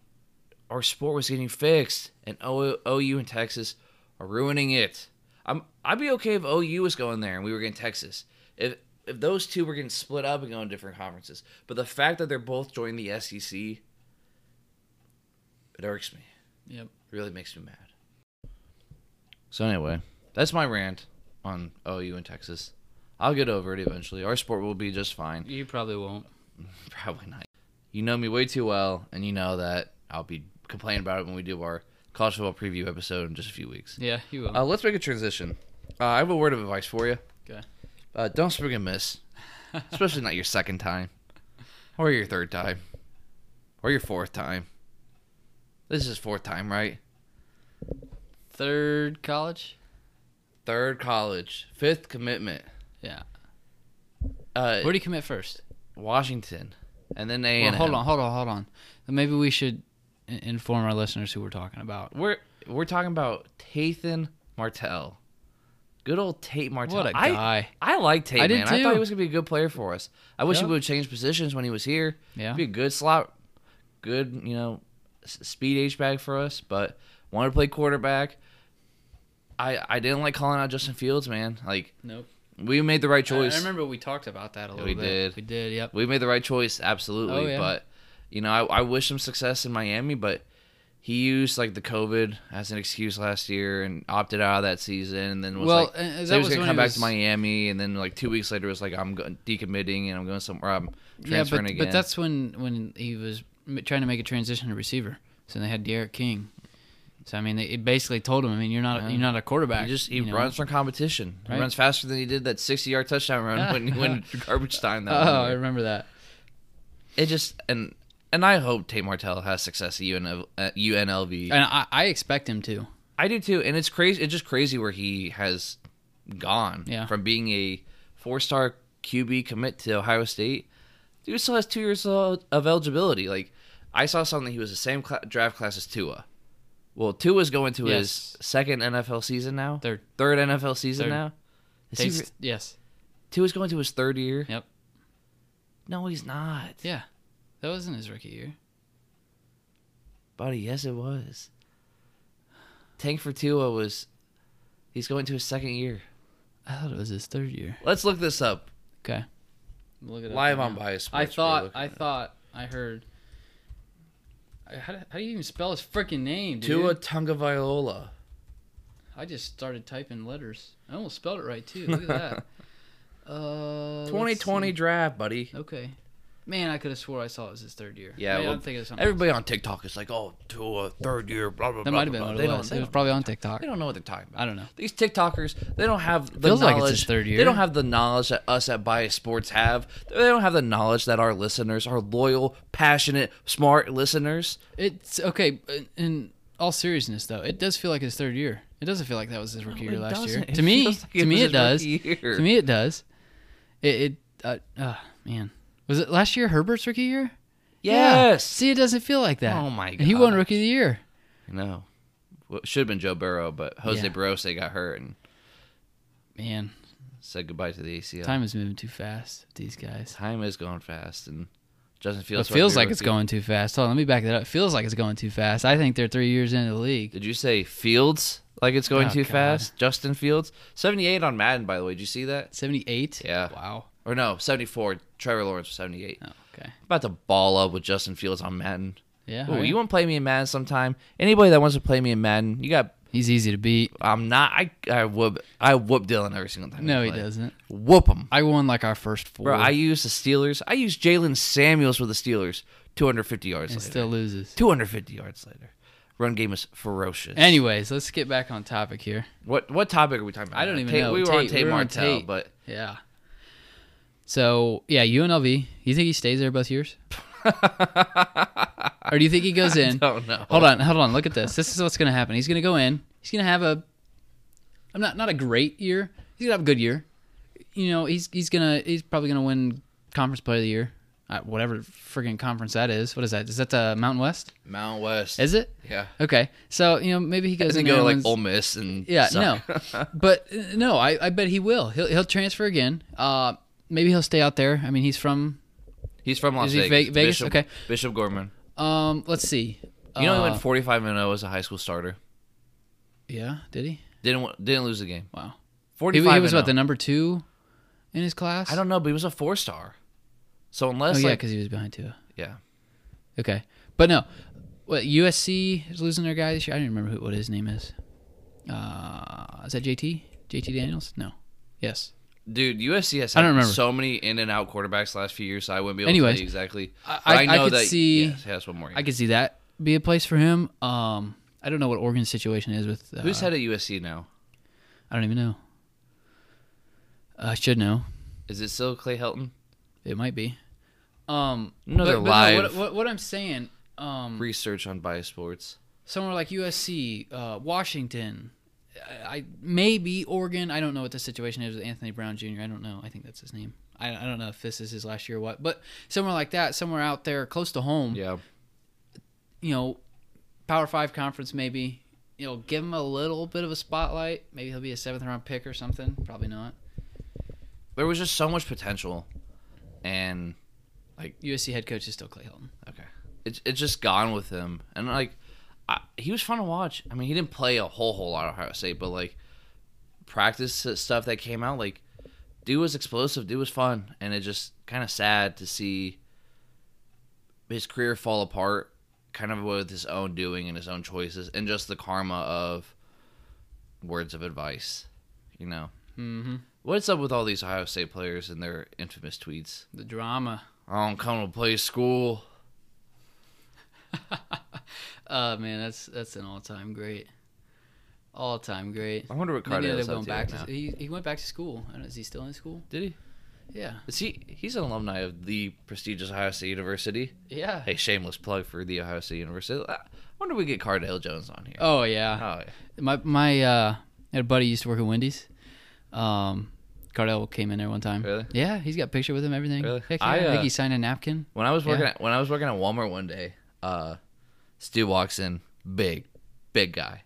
[SPEAKER 5] our sport was getting fixed, and o, OU and Texas are ruining it. I'm I'd be okay if OU was going there and we were getting Texas. If if those two were getting split up and going to different conferences, but the fact that they're both joining the E SEC, it irks me.
[SPEAKER 6] Yep.
[SPEAKER 5] It really makes me mad. So anyway, that's my rant on OU and Texas. I'll get over it eventually. Our sport will be just fine.
[SPEAKER 6] You probably won't.
[SPEAKER 5] Probably not. You know me way too well, and you know that I'll be complaining about it when we do our college football preview episode in just a few weeks.
[SPEAKER 6] Yeah, you will.
[SPEAKER 5] Uh, let's make a transition. Uh, I have a word of advice for you.
[SPEAKER 6] okay.
[SPEAKER 5] Uh, don't swing and miss, especially not your second time, or your third time, or your fourth time. This is fourth time, right?
[SPEAKER 6] Third college.
[SPEAKER 5] Third college, fifth commitment.
[SPEAKER 6] Yeah.
[SPEAKER 5] Uh,
[SPEAKER 6] Where do you commit first?
[SPEAKER 5] Washington, and then A
[SPEAKER 6] Well,
[SPEAKER 5] and
[SPEAKER 6] hold on, hold on, hold on. Maybe we should i- inform our listeners who we're talking about.
[SPEAKER 5] We're we're talking about Tathan Martell. Good old Tate Martell.
[SPEAKER 6] What a
[SPEAKER 5] I-
[SPEAKER 6] guy.
[SPEAKER 5] I, like Tate.
[SPEAKER 6] I
[SPEAKER 5] man.
[SPEAKER 6] did
[SPEAKER 5] I thought
[SPEAKER 6] too.
[SPEAKER 5] he was gonna be a good player for us. I wish
[SPEAKER 6] Yeah.
[SPEAKER 5] he would have changed positions when he was here.
[SPEAKER 6] Yeah.
[SPEAKER 5] He'd be a good slot, good you know, s- speed H back for us. But wanted to play quarterback. I I didn't like calling out Justin Fields, man. Like
[SPEAKER 6] Nope.
[SPEAKER 5] we made the right choice.
[SPEAKER 6] I remember we talked about that a little
[SPEAKER 5] we
[SPEAKER 6] bit.
[SPEAKER 5] did.
[SPEAKER 6] We did. Yep.
[SPEAKER 5] we made the right choice absolutely
[SPEAKER 6] Oh, yeah.
[SPEAKER 5] but you know I, I wish him success in miami but he used like the covid as an excuse last year and opted out of that season and then was
[SPEAKER 6] Well,
[SPEAKER 5] like
[SPEAKER 6] and-
[SPEAKER 5] said
[SPEAKER 6] and that
[SPEAKER 5] he was
[SPEAKER 6] was
[SPEAKER 5] gonna
[SPEAKER 6] when
[SPEAKER 5] come
[SPEAKER 6] he
[SPEAKER 5] back to
[SPEAKER 6] was-
[SPEAKER 5] miami and then like two weeks later was like i'm go- decommitting and i'm going somewhere i'm transferring
[SPEAKER 6] but,
[SPEAKER 5] again
[SPEAKER 6] But that's when when he was m- trying to make a transition to receiver. So they had Derek King. So I mean, they it basically told him, I mean, you're not you're not a quarterback.
[SPEAKER 5] he just he
[SPEAKER 6] you know?
[SPEAKER 5] runs from competition.
[SPEAKER 6] Right.
[SPEAKER 5] He runs faster than he did that sixty yard touchdown run when he went to garbage time. That
[SPEAKER 6] Oh,
[SPEAKER 5] one
[SPEAKER 6] I
[SPEAKER 5] year.
[SPEAKER 6] remember that.
[SPEAKER 5] it just and and I hope Tate Martell has success at UNL, at UNLV.
[SPEAKER 6] And I, I expect him to.
[SPEAKER 5] I do too, and it's crazy. It's just crazy where he has gone
[SPEAKER 6] Yeah.
[SPEAKER 5] from being a four-star QB commit to Ohio State. Dude still has two years of of eligibility. Like I saw something, he was the same cla- draft class as Tua. Well, Tua's going to
[SPEAKER 6] Yes.
[SPEAKER 5] his second NFL season now.
[SPEAKER 6] Third.
[SPEAKER 5] third NFL season
[SPEAKER 6] Third.
[SPEAKER 5] now. Is he
[SPEAKER 6] Taste-
[SPEAKER 5] re-
[SPEAKER 6] yes.
[SPEAKER 5] Tua's going to his third year.
[SPEAKER 6] Yep.
[SPEAKER 5] No, he's not.
[SPEAKER 6] Yeah. That wasn't his rookie year.
[SPEAKER 5] Buddy, yes, it was. Tank for Tua was. He's going to his second year.
[SPEAKER 6] I thought it was his third year.
[SPEAKER 5] Let's look this up.
[SPEAKER 6] Okay. Look it up
[SPEAKER 5] Live
[SPEAKER 6] right
[SPEAKER 5] on
[SPEAKER 6] now.
[SPEAKER 5] Bias Sports.
[SPEAKER 6] I
[SPEAKER 5] we're
[SPEAKER 6] thought.
[SPEAKER 5] looking
[SPEAKER 6] I
[SPEAKER 5] at it.
[SPEAKER 6] thought. I heard. I- How do, how do you even spell his freaking name, dude?
[SPEAKER 5] Tua Tungavailoa.
[SPEAKER 6] I just started typing letters. I almost spelled it right too. Look at that. Uh, let's
[SPEAKER 5] 2020
[SPEAKER 6] see.
[SPEAKER 5] draft, buddy.
[SPEAKER 6] Okay. Man, I could have swore I saw it was his third year.
[SPEAKER 5] Yeah,
[SPEAKER 6] Man,
[SPEAKER 5] well,
[SPEAKER 6] I'm thinking of something. else.
[SPEAKER 5] everybody on TikTok is like, oh, Tua, third year, blah, blah,
[SPEAKER 6] That
[SPEAKER 5] blah.
[SPEAKER 6] might have
[SPEAKER 5] blah,
[SPEAKER 6] been
[SPEAKER 5] blah.
[SPEAKER 6] what
[SPEAKER 5] They
[SPEAKER 6] it
[SPEAKER 5] don't-
[SPEAKER 6] was.
[SPEAKER 5] they
[SPEAKER 6] It was
[SPEAKER 5] don't-
[SPEAKER 6] probably on TikTok.
[SPEAKER 5] They don't know what they're talking about.
[SPEAKER 6] I don't know.
[SPEAKER 5] These TikTokers, they don't have the
[SPEAKER 6] Feels like
[SPEAKER 5] knowledge.
[SPEAKER 6] it's his third year.
[SPEAKER 5] They don't have the knowledge that us at Bias Sports have. They don't have the knowledge that our listeners, our loyal, passionate, smart listeners.
[SPEAKER 6] It's okay. in- In all seriousness, though, it does feel like his third year. It doesn't feel like that was his rookie
[SPEAKER 5] No,
[SPEAKER 6] year
[SPEAKER 5] it
[SPEAKER 6] last year.
[SPEAKER 5] doesn't. It
[SPEAKER 6] To me,
[SPEAKER 5] feels like it
[SPEAKER 6] to me,
[SPEAKER 5] was
[SPEAKER 6] it
[SPEAKER 5] his
[SPEAKER 6] does.
[SPEAKER 5] rookie year.
[SPEAKER 6] To me, it does. It. it uh, uh, man, was it last year Herbert's rookie year? Yeah.
[SPEAKER 5] Yes.
[SPEAKER 6] See, it doesn't feel like that.
[SPEAKER 5] Oh my
[SPEAKER 6] And He won
[SPEAKER 5] gosh.
[SPEAKER 6] rookie of the year.
[SPEAKER 5] No. Well, it should have been Joe Burrow, but Jose
[SPEAKER 6] Yeah.
[SPEAKER 5] Barrosa got hurt and
[SPEAKER 6] Man,
[SPEAKER 5] said goodbye to the ACL.
[SPEAKER 6] time is moving too fast. with These guys.
[SPEAKER 5] Time is going fast, and Justin
[SPEAKER 6] It
[SPEAKER 5] Fields. might
[SPEAKER 6] feels
[SPEAKER 5] be a
[SPEAKER 6] like it's
[SPEAKER 5] rookie.
[SPEAKER 6] going too fast. Hold on, let me back that up. It feels like it's going too fast. I think they're three years into the league.
[SPEAKER 5] Did you say Fields? Like it's going
[SPEAKER 6] Oh,
[SPEAKER 5] too
[SPEAKER 6] God.
[SPEAKER 5] fast? Justin Fields, seventy-eight on Madden. By the way, did you see that?
[SPEAKER 6] 78?
[SPEAKER 5] Yeah.
[SPEAKER 6] Wow.
[SPEAKER 5] Or no, seventy-four. Trevor Lawrence was seventy-eight.
[SPEAKER 6] Oh, okay.
[SPEAKER 5] About to ball up with Justin Fields on Madden.
[SPEAKER 6] Yeah.
[SPEAKER 5] Ooh,
[SPEAKER 6] all right.
[SPEAKER 5] you want to play me in Madden sometime? Anybody that wants to play me in Madden, you got.
[SPEAKER 6] He's easy to beat.
[SPEAKER 5] I'm not. I I whoop. I whoop Dylan every single time.
[SPEAKER 6] No,
[SPEAKER 5] we
[SPEAKER 6] he
[SPEAKER 5] play.
[SPEAKER 6] doesn't.
[SPEAKER 5] Whoop him,
[SPEAKER 6] I won like our first four.
[SPEAKER 5] bro. I use the Steelers. I use Jalen Samuels with the Steelers. Two hundred fifty yards
[SPEAKER 6] and
[SPEAKER 5] later.
[SPEAKER 6] still loses.
[SPEAKER 5] Two hundred fifty yards later. Run game is ferocious.
[SPEAKER 6] Anyways, let's get back on topic here.
[SPEAKER 5] What what topic are we talking about?
[SPEAKER 6] I don't even
[SPEAKER 5] Tate-
[SPEAKER 6] know.
[SPEAKER 5] We were
[SPEAKER 6] Tate-
[SPEAKER 5] on Tate
[SPEAKER 6] we were on
[SPEAKER 5] Martell,
[SPEAKER 6] Tate.
[SPEAKER 5] but
[SPEAKER 6] Yeah. So yeah, UNLV. You think he stays there both years, or do you think he goes in?
[SPEAKER 5] don't know.
[SPEAKER 6] Hold on, hold on. Look at this. This is what's gonna happen. He's gonna go in. He's gonna have a. I'm not not a great year. He's gonna have a good year. You know, he's he's gonna he's probably gonna win conference player of the year, uh, whatever friggin' conference that is. What is that? Is that the Mountain West?
[SPEAKER 5] Mount West.
[SPEAKER 6] Is it?
[SPEAKER 5] Yeah.
[SPEAKER 6] Okay, so you know maybe he goes
[SPEAKER 5] Doesn't
[SPEAKER 6] in
[SPEAKER 5] go
[SPEAKER 6] there
[SPEAKER 5] to,
[SPEAKER 6] and
[SPEAKER 5] like
[SPEAKER 6] wins-
[SPEAKER 5] Ole Miss and
[SPEAKER 6] yeah,
[SPEAKER 5] suck.
[SPEAKER 6] no, but uh, no, I, I bet he will. He'll he'll transfer again. Uh, maybe he'll stay out there. I mean, he's from.
[SPEAKER 5] He's from Las
[SPEAKER 6] Is he
[SPEAKER 5] Vegas.
[SPEAKER 6] Ve- Vegas?
[SPEAKER 5] Bishop,
[SPEAKER 6] Okay.
[SPEAKER 5] Bishop Gorman.
[SPEAKER 6] Um, let's see.
[SPEAKER 5] You know he
[SPEAKER 6] Uh,
[SPEAKER 5] went forty five and zero as a high school starter.
[SPEAKER 6] Yeah, did he?
[SPEAKER 5] Didn't wa- didn't lose the game.
[SPEAKER 6] Wow. He,
[SPEAKER 5] Forty
[SPEAKER 6] he
[SPEAKER 5] five.
[SPEAKER 6] was what the number two in his class.
[SPEAKER 5] oh. I don't know, but he was a four star. So
[SPEAKER 6] Oh
[SPEAKER 5] unless
[SPEAKER 6] yeah,
[SPEAKER 5] like
[SPEAKER 6] because he was behind Tua.
[SPEAKER 5] yeah,
[SPEAKER 6] Okay, but no, what USC is losing their guy this year. I don't remember who what his name is. Uh, is that JT? JT Daniels? No. Yes.
[SPEAKER 5] dude, USC has
[SPEAKER 6] I don't
[SPEAKER 5] had
[SPEAKER 6] remember.
[SPEAKER 5] so many in and out quarterbacks the last few years. So I wouldn't be able to
[SPEAKER 6] Anyways,
[SPEAKER 5] tell you exactly.
[SPEAKER 6] I-
[SPEAKER 5] But
[SPEAKER 6] I- I
[SPEAKER 5] know
[SPEAKER 6] could
[SPEAKER 5] that
[SPEAKER 6] see-
[SPEAKER 5] yes, he has one more. Year.
[SPEAKER 6] I could see that be a place for him. Um, I don't know what Oregon's situation is with uh,
[SPEAKER 5] Who's head at USC now?
[SPEAKER 6] I don't even know. I should know.
[SPEAKER 5] Is it still Clay Helton?
[SPEAKER 6] It might be. Um,
[SPEAKER 5] No, they're live.
[SPEAKER 6] what, what, what I'm saying, um,
[SPEAKER 5] Research on Bias Sports.
[SPEAKER 6] somewhere like USC, uh, Washington, I, I maybe Oregon. I don't know what the situation is with Anthony Brown Jr. I don't know. I think that's his name. I, I don't know if this is his last year or what, but somewhere like that, somewhere out there close to home,
[SPEAKER 5] Yeah.
[SPEAKER 6] you know, Power Five conference maybe. You know, give him a little bit of a spotlight. Maybe he'll be a seventh round pick or something. Probably not.
[SPEAKER 5] there was just so much potential, and
[SPEAKER 6] USC head coach is still Clay Hilton.
[SPEAKER 5] okay, it's it's just gone with him. And like, I, he was fun to watch. I mean, he didn't play a whole whole lot of Ohio State, but like, practice stuff that came out, like, dude was explosive, dude was fun, and it just kind of sad to see his career fall apart, kind of with his own doing and his own choices, and just the karma of words of advice, you know.
[SPEAKER 6] Mm-hmm.
[SPEAKER 5] What's up with all these Ohio State players and their infamous tweets?
[SPEAKER 6] The drama.
[SPEAKER 5] I don't come to play school.
[SPEAKER 6] Oh man, that's that's an all time great. All time great.
[SPEAKER 5] I wonder what Cardi
[SPEAKER 6] Maybe
[SPEAKER 5] is
[SPEAKER 6] they're
[SPEAKER 5] up
[SPEAKER 6] going
[SPEAKER 5] to
[SPEAKER 6] back
[SPEAKER 5] right now.
[SPEAKER 6] to, he, he went back to school. I don't know, is he still in school?
[SPEAKER 5] Did he?
[SPEAKER 6] Yeah.
[SPEAKER 5] Is he? He's an alumni of the prestigious Ohio State University.
[SPEAKER 6] Yeah.
[SPEAKER 5] Hey, shameless plug for the Ohio State University. I wonder if we get Cardale Jones on here.
[SPEAKER 6] Oh yeah.
[SPEAKER 5] Oh, yeah.
[SPEAKER 6] My my uh I had a buddy used to work at Wendy's. Um Cardell came in there one time.
[SPEAKER 5] Really?
[SPEAKER 6] Yeah, he's got a picture with him, everything.
[SPEAKER 5] Really?
[SPEAKER 6] Heck yeah,
[SPEAKER 5] I,
[SPEAKER 6] I,
[SPEAKER 5] uh,
[SPEAKER 6] think he signed a napkin.
[SPEAKER 5] When I was working
[SPEAKER 6] Yeah.
[SPEAKER 5] at when I was working at Walmart one day, uh, Stu walks in, big, big guy,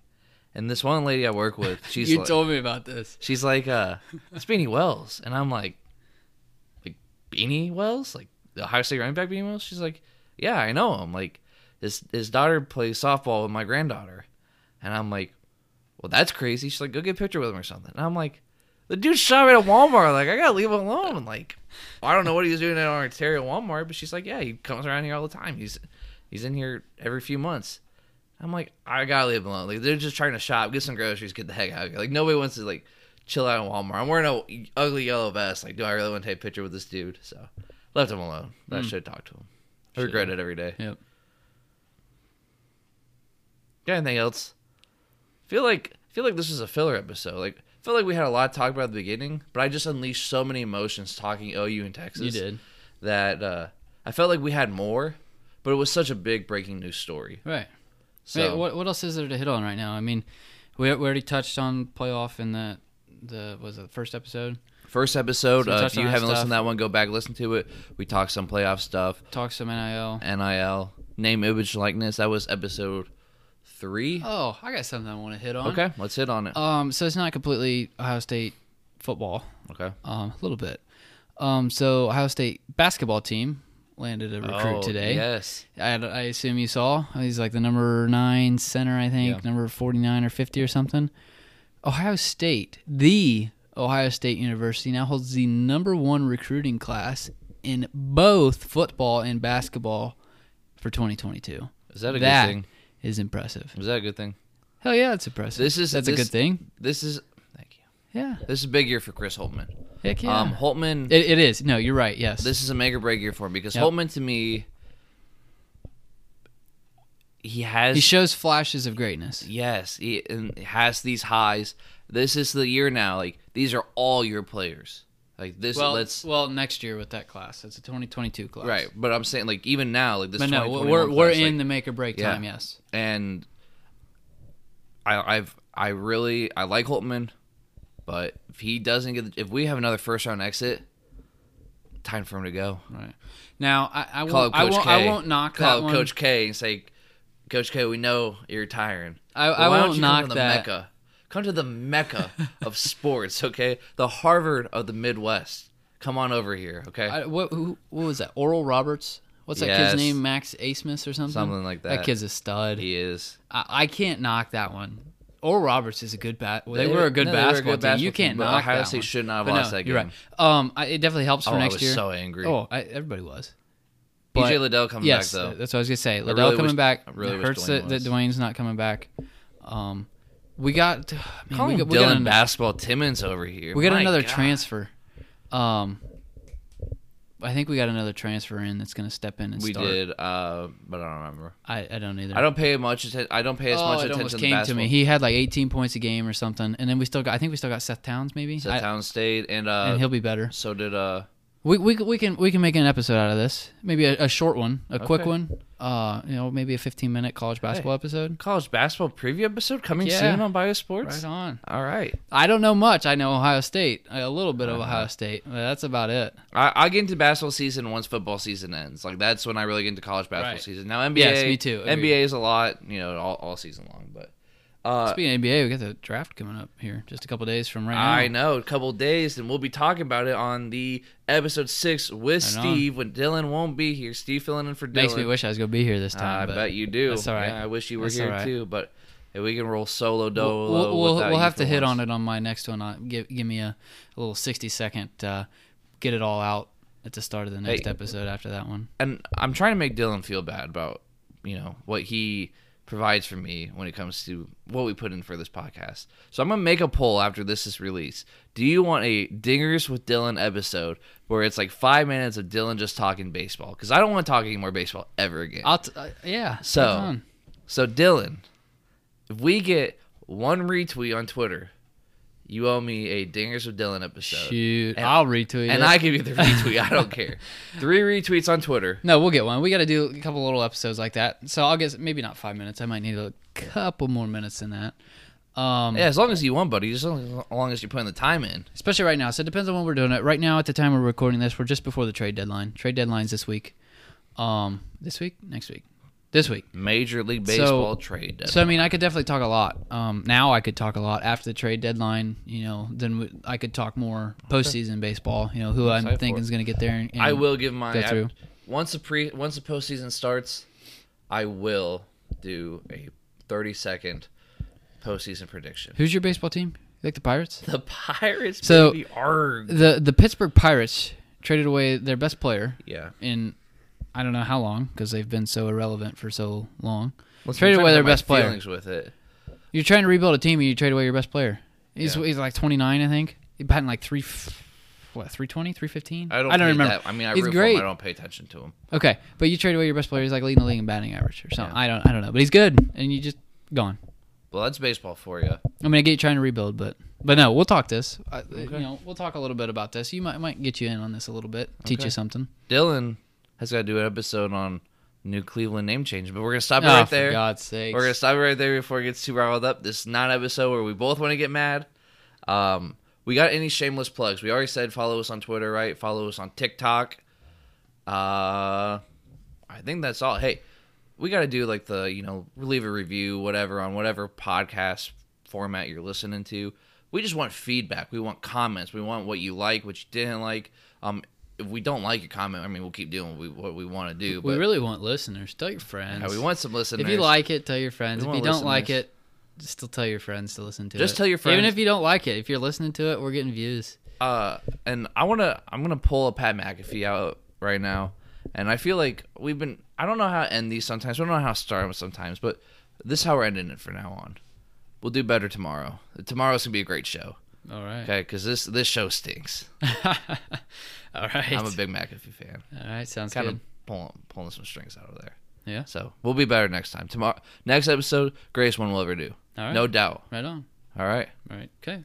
[SPEAKER 5] and this one lady I work with, she's
[SPEAKER 6] You
[SPEAKER 5] like,
[SPEAKER 6] told me about this.
[SPEAKER 5] she's like, uh, it's Beanie Wells, and I'm like, like Beanie Wells, like the Ohio State running back Beanie Wells. She's like, yeah, I know him. Like, his his daughter plays softball with my granddaughter, and I'm like, well, that's crazy. She's like, go get a picture with him or something. And I'm like, the dude shot me at Walmart. Like, I gotta leave him alone. Like, I don't know what he was doing at our Ontario Walmart, but she's like, yeah, he comes around here all the time. He's he's in here every few months. I'm like, I gotta leave him alone. Like, they're just trying to shop, get some groceries, get the heck out of here. Like, nobody wants to like chill out at Walmart. I'm wearing a ugly yellow vest. Like, do I really want to take a picture with this dude? So, left him alone. But I should have talked to him. I regret it every day.
[SPEAKER 6] Yep.
[SPEAKER 5] Got anything else? Feel like feel like this was a filler episode. Like feel like we had a lot to talk about at the beginning, but I just unleashed so many emotions talking OU in Texas.
[SPEAKER 6] You did.
[SPEAKER 5] that. Uh, I felt like we had more, but it was such a big breaking news story.
[SPEAKER 6] Right.
[SPEAKER 5] So
[SPEAKER 6] Wait, what what else is there to hit on right now? I mean, we, we already touched on playoff in the the was it the first episode?
[SPEAKER 5] first episode,
[SPEAKER 6] So we
[SPEAKER 5] uh,
[SPEAKER 6] touched
[SPEAKER 5] if you
[SPEAKER 6] on that
[SPEAKER 5] haven't listened
[SPEAKER 6] stuff.
[SPEAKER 5] to that one, go back listen to it. We talked some playoff stuff,
[SPEAKER 6] Talk some NIL.
[SPEAKER 5] NIL, name, image, likeness. That was episode three.
[SPEAKER 6] Oh, I got something I want to hit on.
[SPEAKER 5] okay, let's hit on it.
[SPEAKER 6] Um, so it's not completely Ohio State football.
[SPEAKER 5] okay,
[SPEAKER 6] Um, a little bit. Um, so Ohio State basketball team landed a recruit
[SPEAKER 5] Oh,
[SPEAKER 6] today.
[SPEAKER 5] Yes,
[SPEAKER 6] I, I assume you saw. He's like the number nine center, I think, number 49 or 50 or something. Ohio State, the Ohio State University, now holds the number one recruiting class in both football and basketball for 2022.
[SPEAKER 5] is that a
[SPEAKER 6] That
[SPEAKER 5] good thing?
[SPEAKER 6] is impressive.
[SPEAKER 5] Is that a good thing?
[SPEAKER 6] Hell yeah, that's impressive.
[SPEAKER 5] This is-
[SPEAKER 6] that's a
[SPEAKER 5] this-
[SPEAKER 6] good thing.
[SPEAKER 5] This is thank you.
[SPEAKER 6] Yeah,
[SPEAKER 5] This is a big year for Chris Holtman.
[SPEAKER 6] heck yeah.
[SPEAKER 5] Um, Holtman,
[SPEAKER 6] it, it is. No, you're right. Yes,
[SPEAKER 5] this is a make or break year for him because
[SPEAKER 6] Yep.
[SPEAKER 5] Holtman to me, he has
[SPEAKER 6] he shows flashes of greatness.
[SPEAKER 5] yes, he and has these highs. This is the year now. Like these are all your players. Like this,
[SPEAKER 6] Well,
[SPEAKER 5] let's
[SPEAKER 6] well, next year with that class, it's a 2022 class.
[SPEAKER 5] right. But I'm saying like even now, like this.
[SPEAKER 6] But no, we're
[SPEAKER 5] 2021
[SPEAKER 6] we're, we're
[SPEAKER 5] class, like,
[SPEAKER 6] in the make or break
[SPEAKER 5] Yeah.
[SPEAKER 6] time. Yes.
[SPEAKER 5] and I, I've I really I like Holtman, but if he doesn't get if we have another first round exit, time for him to go.
[SPEAKER 6] Right. Now I, I
[SPEAKER 5] Call
[SPEAKER 6] won't,
[SPEAKER 5] up
[SPEAKER 6] I
[SPEAKER 5] Coach
[SPEAKER 6] won't,
[SPEAKER 5] K.
[SPEAKER 6] I won't knock
[SPEAKER 5] Call
[SPEAKER 6] that
[SPEAKER 5] up
[SPEAKER 6] one.
[SPEAKER 5] Coach K and say, Coach K, we know you're retiring.
[SPEAKER 6] I-
[SPEAKER 5] but
[SPEAKER 6] I
[SPEAKER 5] why don't
[SPEAKER 6] won't
[SPEAKER 5] you
[SPEAKER 6] knock
[SPEAKER 5] come to the
[SPEAKER 6] that.
[SPEAKER 5] Mecca. Come to the Mecca of sports, okay? The Harvard of the Midwest. Come on over here, okay?
[SPEAKER 6] I, what, who, what was that? Oral Roberts. What's that
[SPEAKER 5] Yes.
[SPEAKER 6] kid's name? Max Asmus or something.
[SPEAKER 5] Something like that.
[SPEAKER 6] That kid's a stud.
[SPEAKER 5] he is.
[SPEAKER 6] I, I can't knock that one. Oral Roberts is a good bat. They,
[SPEAKER 5] They-
[SPEAKER 6] were a good,
[SPEAKER 5] no, they were a
[SPEAKER 6] basketball,
[SPEAKER 5] good
[SPEAKER 6] team. You
[SPEAKER 5] basketball team,
[SPEAKER 6] can't
[SPEAKER 5] but
[SPEAKER 6] knock
[SPEAKER 5] Ohio
[SPEAKER 6] that
[SPEAKER 5] State
[SPEAKER 6] one.
[SPEAKER 5] should not have
[SPEAKER 6] But
[SPEAKER 5] lost
[SPEAKER 6] no,
[SPEAKER 5] that
[SPEAKER 6] You're right.
[SPEAKER 5] game.
[SPEAKER 6] Um, I, it definitely helps
[SPEAKER 5] Oh,
[SPEAKER 6] for
[SPEAKER 5] I
[SPEAKER 6] next
[SPEAKER 5] was
[SPEAKER 6] year.
[SPEAKER 5] so angry.
[SPEAKER 6] Oh, I, everybody was.
[SPEAKER 5] BJ
[SPEAKER 6] But-
[SPEAKER 5] Liddell coming
[SPEAKER 6] yes, uh,
[SPEAKER 5] back, though.
[SPEAKER 6] that's what I was gonna say. Liddell
[SPEAKER 5] really
[SPEAKER 6] coming
[SPEAKER 5] wish-
[SPEAKER 6] back.
[SPEAKER 5] I really
[SPEAKER 6] it
[SPEAKER 5] wish
[SPEAKER 6] hurts
[SPEAKER 5] Dwayne
[SPEAKER 6] that, that
[SPEAKER 5] was.
[SPEAKER 6] Dwayne's not coming back. Um, we got. Man,
[SPEAKER 5] Calling
[SPEAKER 6] we got, we got
[SPEAKER 5] Dylan
[SPEAKER 6] an-
[SPEAKER 5] Basketball Timmons over here.
[SPEAKER 6] We got
[SPEAKER 5] My
[SPEAKER 6] another
[SPEAKER 5] God.
[SPEAKER 6] transfer. Um, I think we got another transfer in that's going to step in and
[SPEAKER 5] We
[SPEAKER 6] start.
[SPEAKER 5] did, uh, but I don't remember.
[SPEAKER 6] I, I don't either.
[SPEAKER 5] I don't pay much attention. I don't pay as
[SPEAKER 6] Oh,
[SPEAKER 5] much
[SPEAKER 6] it
[SPEAKER 5] attention
[SPEAKER 6] almost
[SPEAKER 5] to
[SPEAKER 6] came to
[SPEAKER 5] basketball.
[SPEAKER 6] me. He had like 18 points a game or something, and then we still got. I think we still got Seth Towns maybe.
[SPEAKER 5] Seth
[SPEAKER 6] I-
[SPEAKER 5] Towns State and uh,
[SPEAKER 6] and he'll be better.
[SPEAKER 5] so did uh,
[SPEAKER 6] We, we c- we can we can make an episode out of this. Maybe a, a short one, a quick
[SPEAKER 5] Okay.
[SPEAKER 6] one. Uh, you know, maybe a 15 minute college basketball episode.
[SPEAKER 5] college basketball preview episode coming
[SPEAKER 6] Yeah.
[SPEAKER 5] soon on Biosports.
[SPEAKER 6] Right on.
[SPEAKER 5] All right,
[SPEAKER 6] I don't know much. I know Ohio State, a little bit of
[SPEAKER 5] Uh-huh.
[SPEAKER 6] Ohio State. but That's about it.
[SPEAKER 5] I, I'll get into basketball season once football season ends. Like that's when I really get into college basketball
[SPEAKER 6] Right.
[SPEAKER 5] season. Now NBA,
[SPEAKER 6] Yes, me too. Agreed.
[SPEAKER 5] NBA is a lot, you know, all, all season long. But uh,
[SPEAKER 6] Speaking of NBA, we got the draft coming up here just a couple days from right now.
[SPEAKER 5] I know a couple days, and we'll be talking about it on the episode six with
[SPEAKER 6] Right on.
[SPEAKER 5] Steve when Dylan won't be here. Steve filling in for Dylan.
[SPEAKER 6] Makes me wish I was gonna be here this time.
[SPEAKER 5] I
[SPEAKER 6] but
[SPEAKER 5] bet you do.
[SPEAKER 6] That's all right.
[SPEAKER 5] Yeah, I wish you were
[SPEAKER 6] That's
[SPEAKER 5] here
[SPEAKER 6] all right.
[SPEAKER 5] too, but if we can roll solo
[SPEAKER 6] We'll,
[SPEAKER 5] dolo.
[SPEAKER 6] we'll, we'll,
[SPEAKER 5] without
[SPEAKER 6] we'll
[SPEAKER 5] you
[SPEAKER 6] have
[SPEAKER 5] for
[SPEAKER 6] to hit
[SPEAKER 5] once.
[SPEAKER 6] on it on my next one. I, give give me a, a little sixty second, uh, get it all out at the start of the next
[SPEAKER 5] Hey.
[SPEAKER 6] episode after that one.
[SPEAKER 5] and I'm trying to make Dylan feel bad about you know what he provides for me when it comes to what we put in for this podcast. So I'm gonna make a poll after this is released. Do you want a dingers with Dylan episode where it's like five minutes of Dylan just talking baseball? Because I don't want to talk any more baseball ever again.
[SPEAKER 6] I'll t- uh, yeah.
[SPEAKER 5] So-
[SPEAKER 6] right on.
[SPEAKER 5] so Dylan, if we get one retweet on Twitter, you owe me a dingers with Dylan episode.
[SPEAKER 6] shoot, I'll retweet
[SPEAKER 5] And
[SPEAKER 6] it.
[SPEAKER 5] I give you the retweet. I don't care. Three retweets on Twitter.
[SPEAKER 6] no, we'll get one. We got to do a couple little episodes like that. So I'll guess maybe not five minutes. I might need a couple more minutes than that. Um,
[SPEAKER 5] Yeah, as long as you want, buddy. Just as long as- as long as you're putting the time in.
[SPEAKER 6] especially right now. So it depends on when we're doing it. Right now, at the time we're recording this, we're just before the trade deadline. Trade deadline's this week. Um, this week, next week, this week.
[SPEAKER 5] Major League
[SPEAKER 6] So-
[SPEAKER 5] Baseball trade deadline.
[SPEAKER 6] So I mean, I could definitely talk a lot. Um, now I could talk a lot after the trade deadline. You know, then we, I could talk more postseason baseball. You know, who I'm
[SPEAKER 5] excited for
[SPEAKER 6] thinking
[SPEAKER 5] it.
[SPEAKER 6] is going to get there. And, and
[SPEAKER 5] I will give my
[SPEAKER 6] Go through.
[SPEAKER 5] once the pre once the postseason starts. I will do a 30 second postseason prediction.
[SPEAKER 6] Who's your baseball team? You like the Pirates?
[SPEAKER 5] The Pirates,
[SPEAKER 6] So-
[SPEAKER 5] baby, arg.
[SPEAKER 6] The the Pittsburgh Pirates traded away their best player
[SPEAKER 5] Yeah.
[SPEAKER 6] in I don't know how long because they've been so irrelevant for so long.
[SPEAKER 5] Let's
[SPEAKER 6] traded
[SPEAKER 5] talk
[SPEAKER 6] away their
[SPEAKER 5] about my
[SPEAKER 6] best player.
[SPEAKER 5] Feelings with it.
[SPEAKER 6] You're trying to rebuild a team and you trade away your best player. He's,
[SPEAKER 5] Yeah.
[SPEAKER 6] he's like 29, I think. He's batting like three, f- what 320, 315.
[SPEAKER 5] I don't.
[SPEAKER 6] I don't
[SPEAKER 5] pay
[SPEAKER 6] remember.
[SPEAKER 5] That. I mean, I
[SPEAKER 6] he's
[SPEAKER 5] root
[SPEAKER 6] great.
[SPEAKER 5] for him. I don't pay attention to him.
[SPEAKER 6] Okay, but you trade away your best player. He's like leading the league in batting average or something. I don't. I don't know. But he's good, and you just gone.
[SPEAKER 5] Well, that's baseball for you.
[SPEAKER 6] I mean, I get you trying to rebuild, but but no, we'll talk this. I, You know, we'll talk a little bit about this. You might might get you in on this a little bit, teach you something.
[SPEAKER 5] Dylan has got to do an episode on new Cleveland name change, but we're gonna stop it
[SPEAKER 6] Oh,
[SPEAKER 5] right
[SPEAKER 6] for
[SPEAKER 5] there.
[SPEAKER 6] God's sakes.
[SPEAKER 5] We're gonna stop it right there before it gets too riled up. This is not an episode where we both want to get mad. Um, we got any shameless plugs? We already said follow us on Twitter, right? Follow us on TikTok. Uh, I think that's all. Hey, we got to do like the you know leave a review, whatever on whatever podcast format you're listening to. We just want feedback. We want comments. We want what you like, what you didn't like. Um, if we don't like a comment, I mean, we'll keep doing what we, what we want to do. But
[SPEAKER 6] We really want listeners. Tell your friends.
[SPEAKER 5] yeah, we want some listeners.
[SPEAKER 6] If you like it, tell your friends.
[SPEAKER 5] We
[SPEAKER 6] If you
[SPEAKER 5] want
[SPEAKER 6] don't like
[SPEAKER 5] listeners.
[SPEAKER 6] it, just still tell your friends to listen to it.
[SPEAKER 5] Just tell your
[SPEAKER 6] Even
[SPEAKER 5] friends.
[SPEAKER 6] if you don't like it, if you're listening to it, we're getting views.
[SPEAKER 5] uh, and I wanna I'm gonna pull a Pat McAfee out right now, and I feel like we've been I don't know how to end these sometimes. I don't know how to start them sometimes, but this is how we're ending it for now on. We'll do better tomorrow. Tomorrow's gonna be a great show,
[SPEAKER 6] All right.
[SPEAKER 5] okay? Because this this show stinks.
[SPEAKER 6] All right.
[SPEAKER 5] I'm a big McAfee fan.
[SPEAKER 6] All right. Sounds
[SPEAKER 5] Kind
[SPEAKER 6] good.
[SPEAKER 5] of pulling pulling some strings out of there.
[SPEAKER 6] Yeah.
[SPEAKER 5] So we'll be better next time. Tomorrow, next episode, greatest one we'll ever do,
[SPEAKER 6] All right.
[SPEAKER 5] no doubt.
[SPEAKER 6] Right on.
[SPEAKER 5] All right.
[SPEAKER 6] All right. Okay.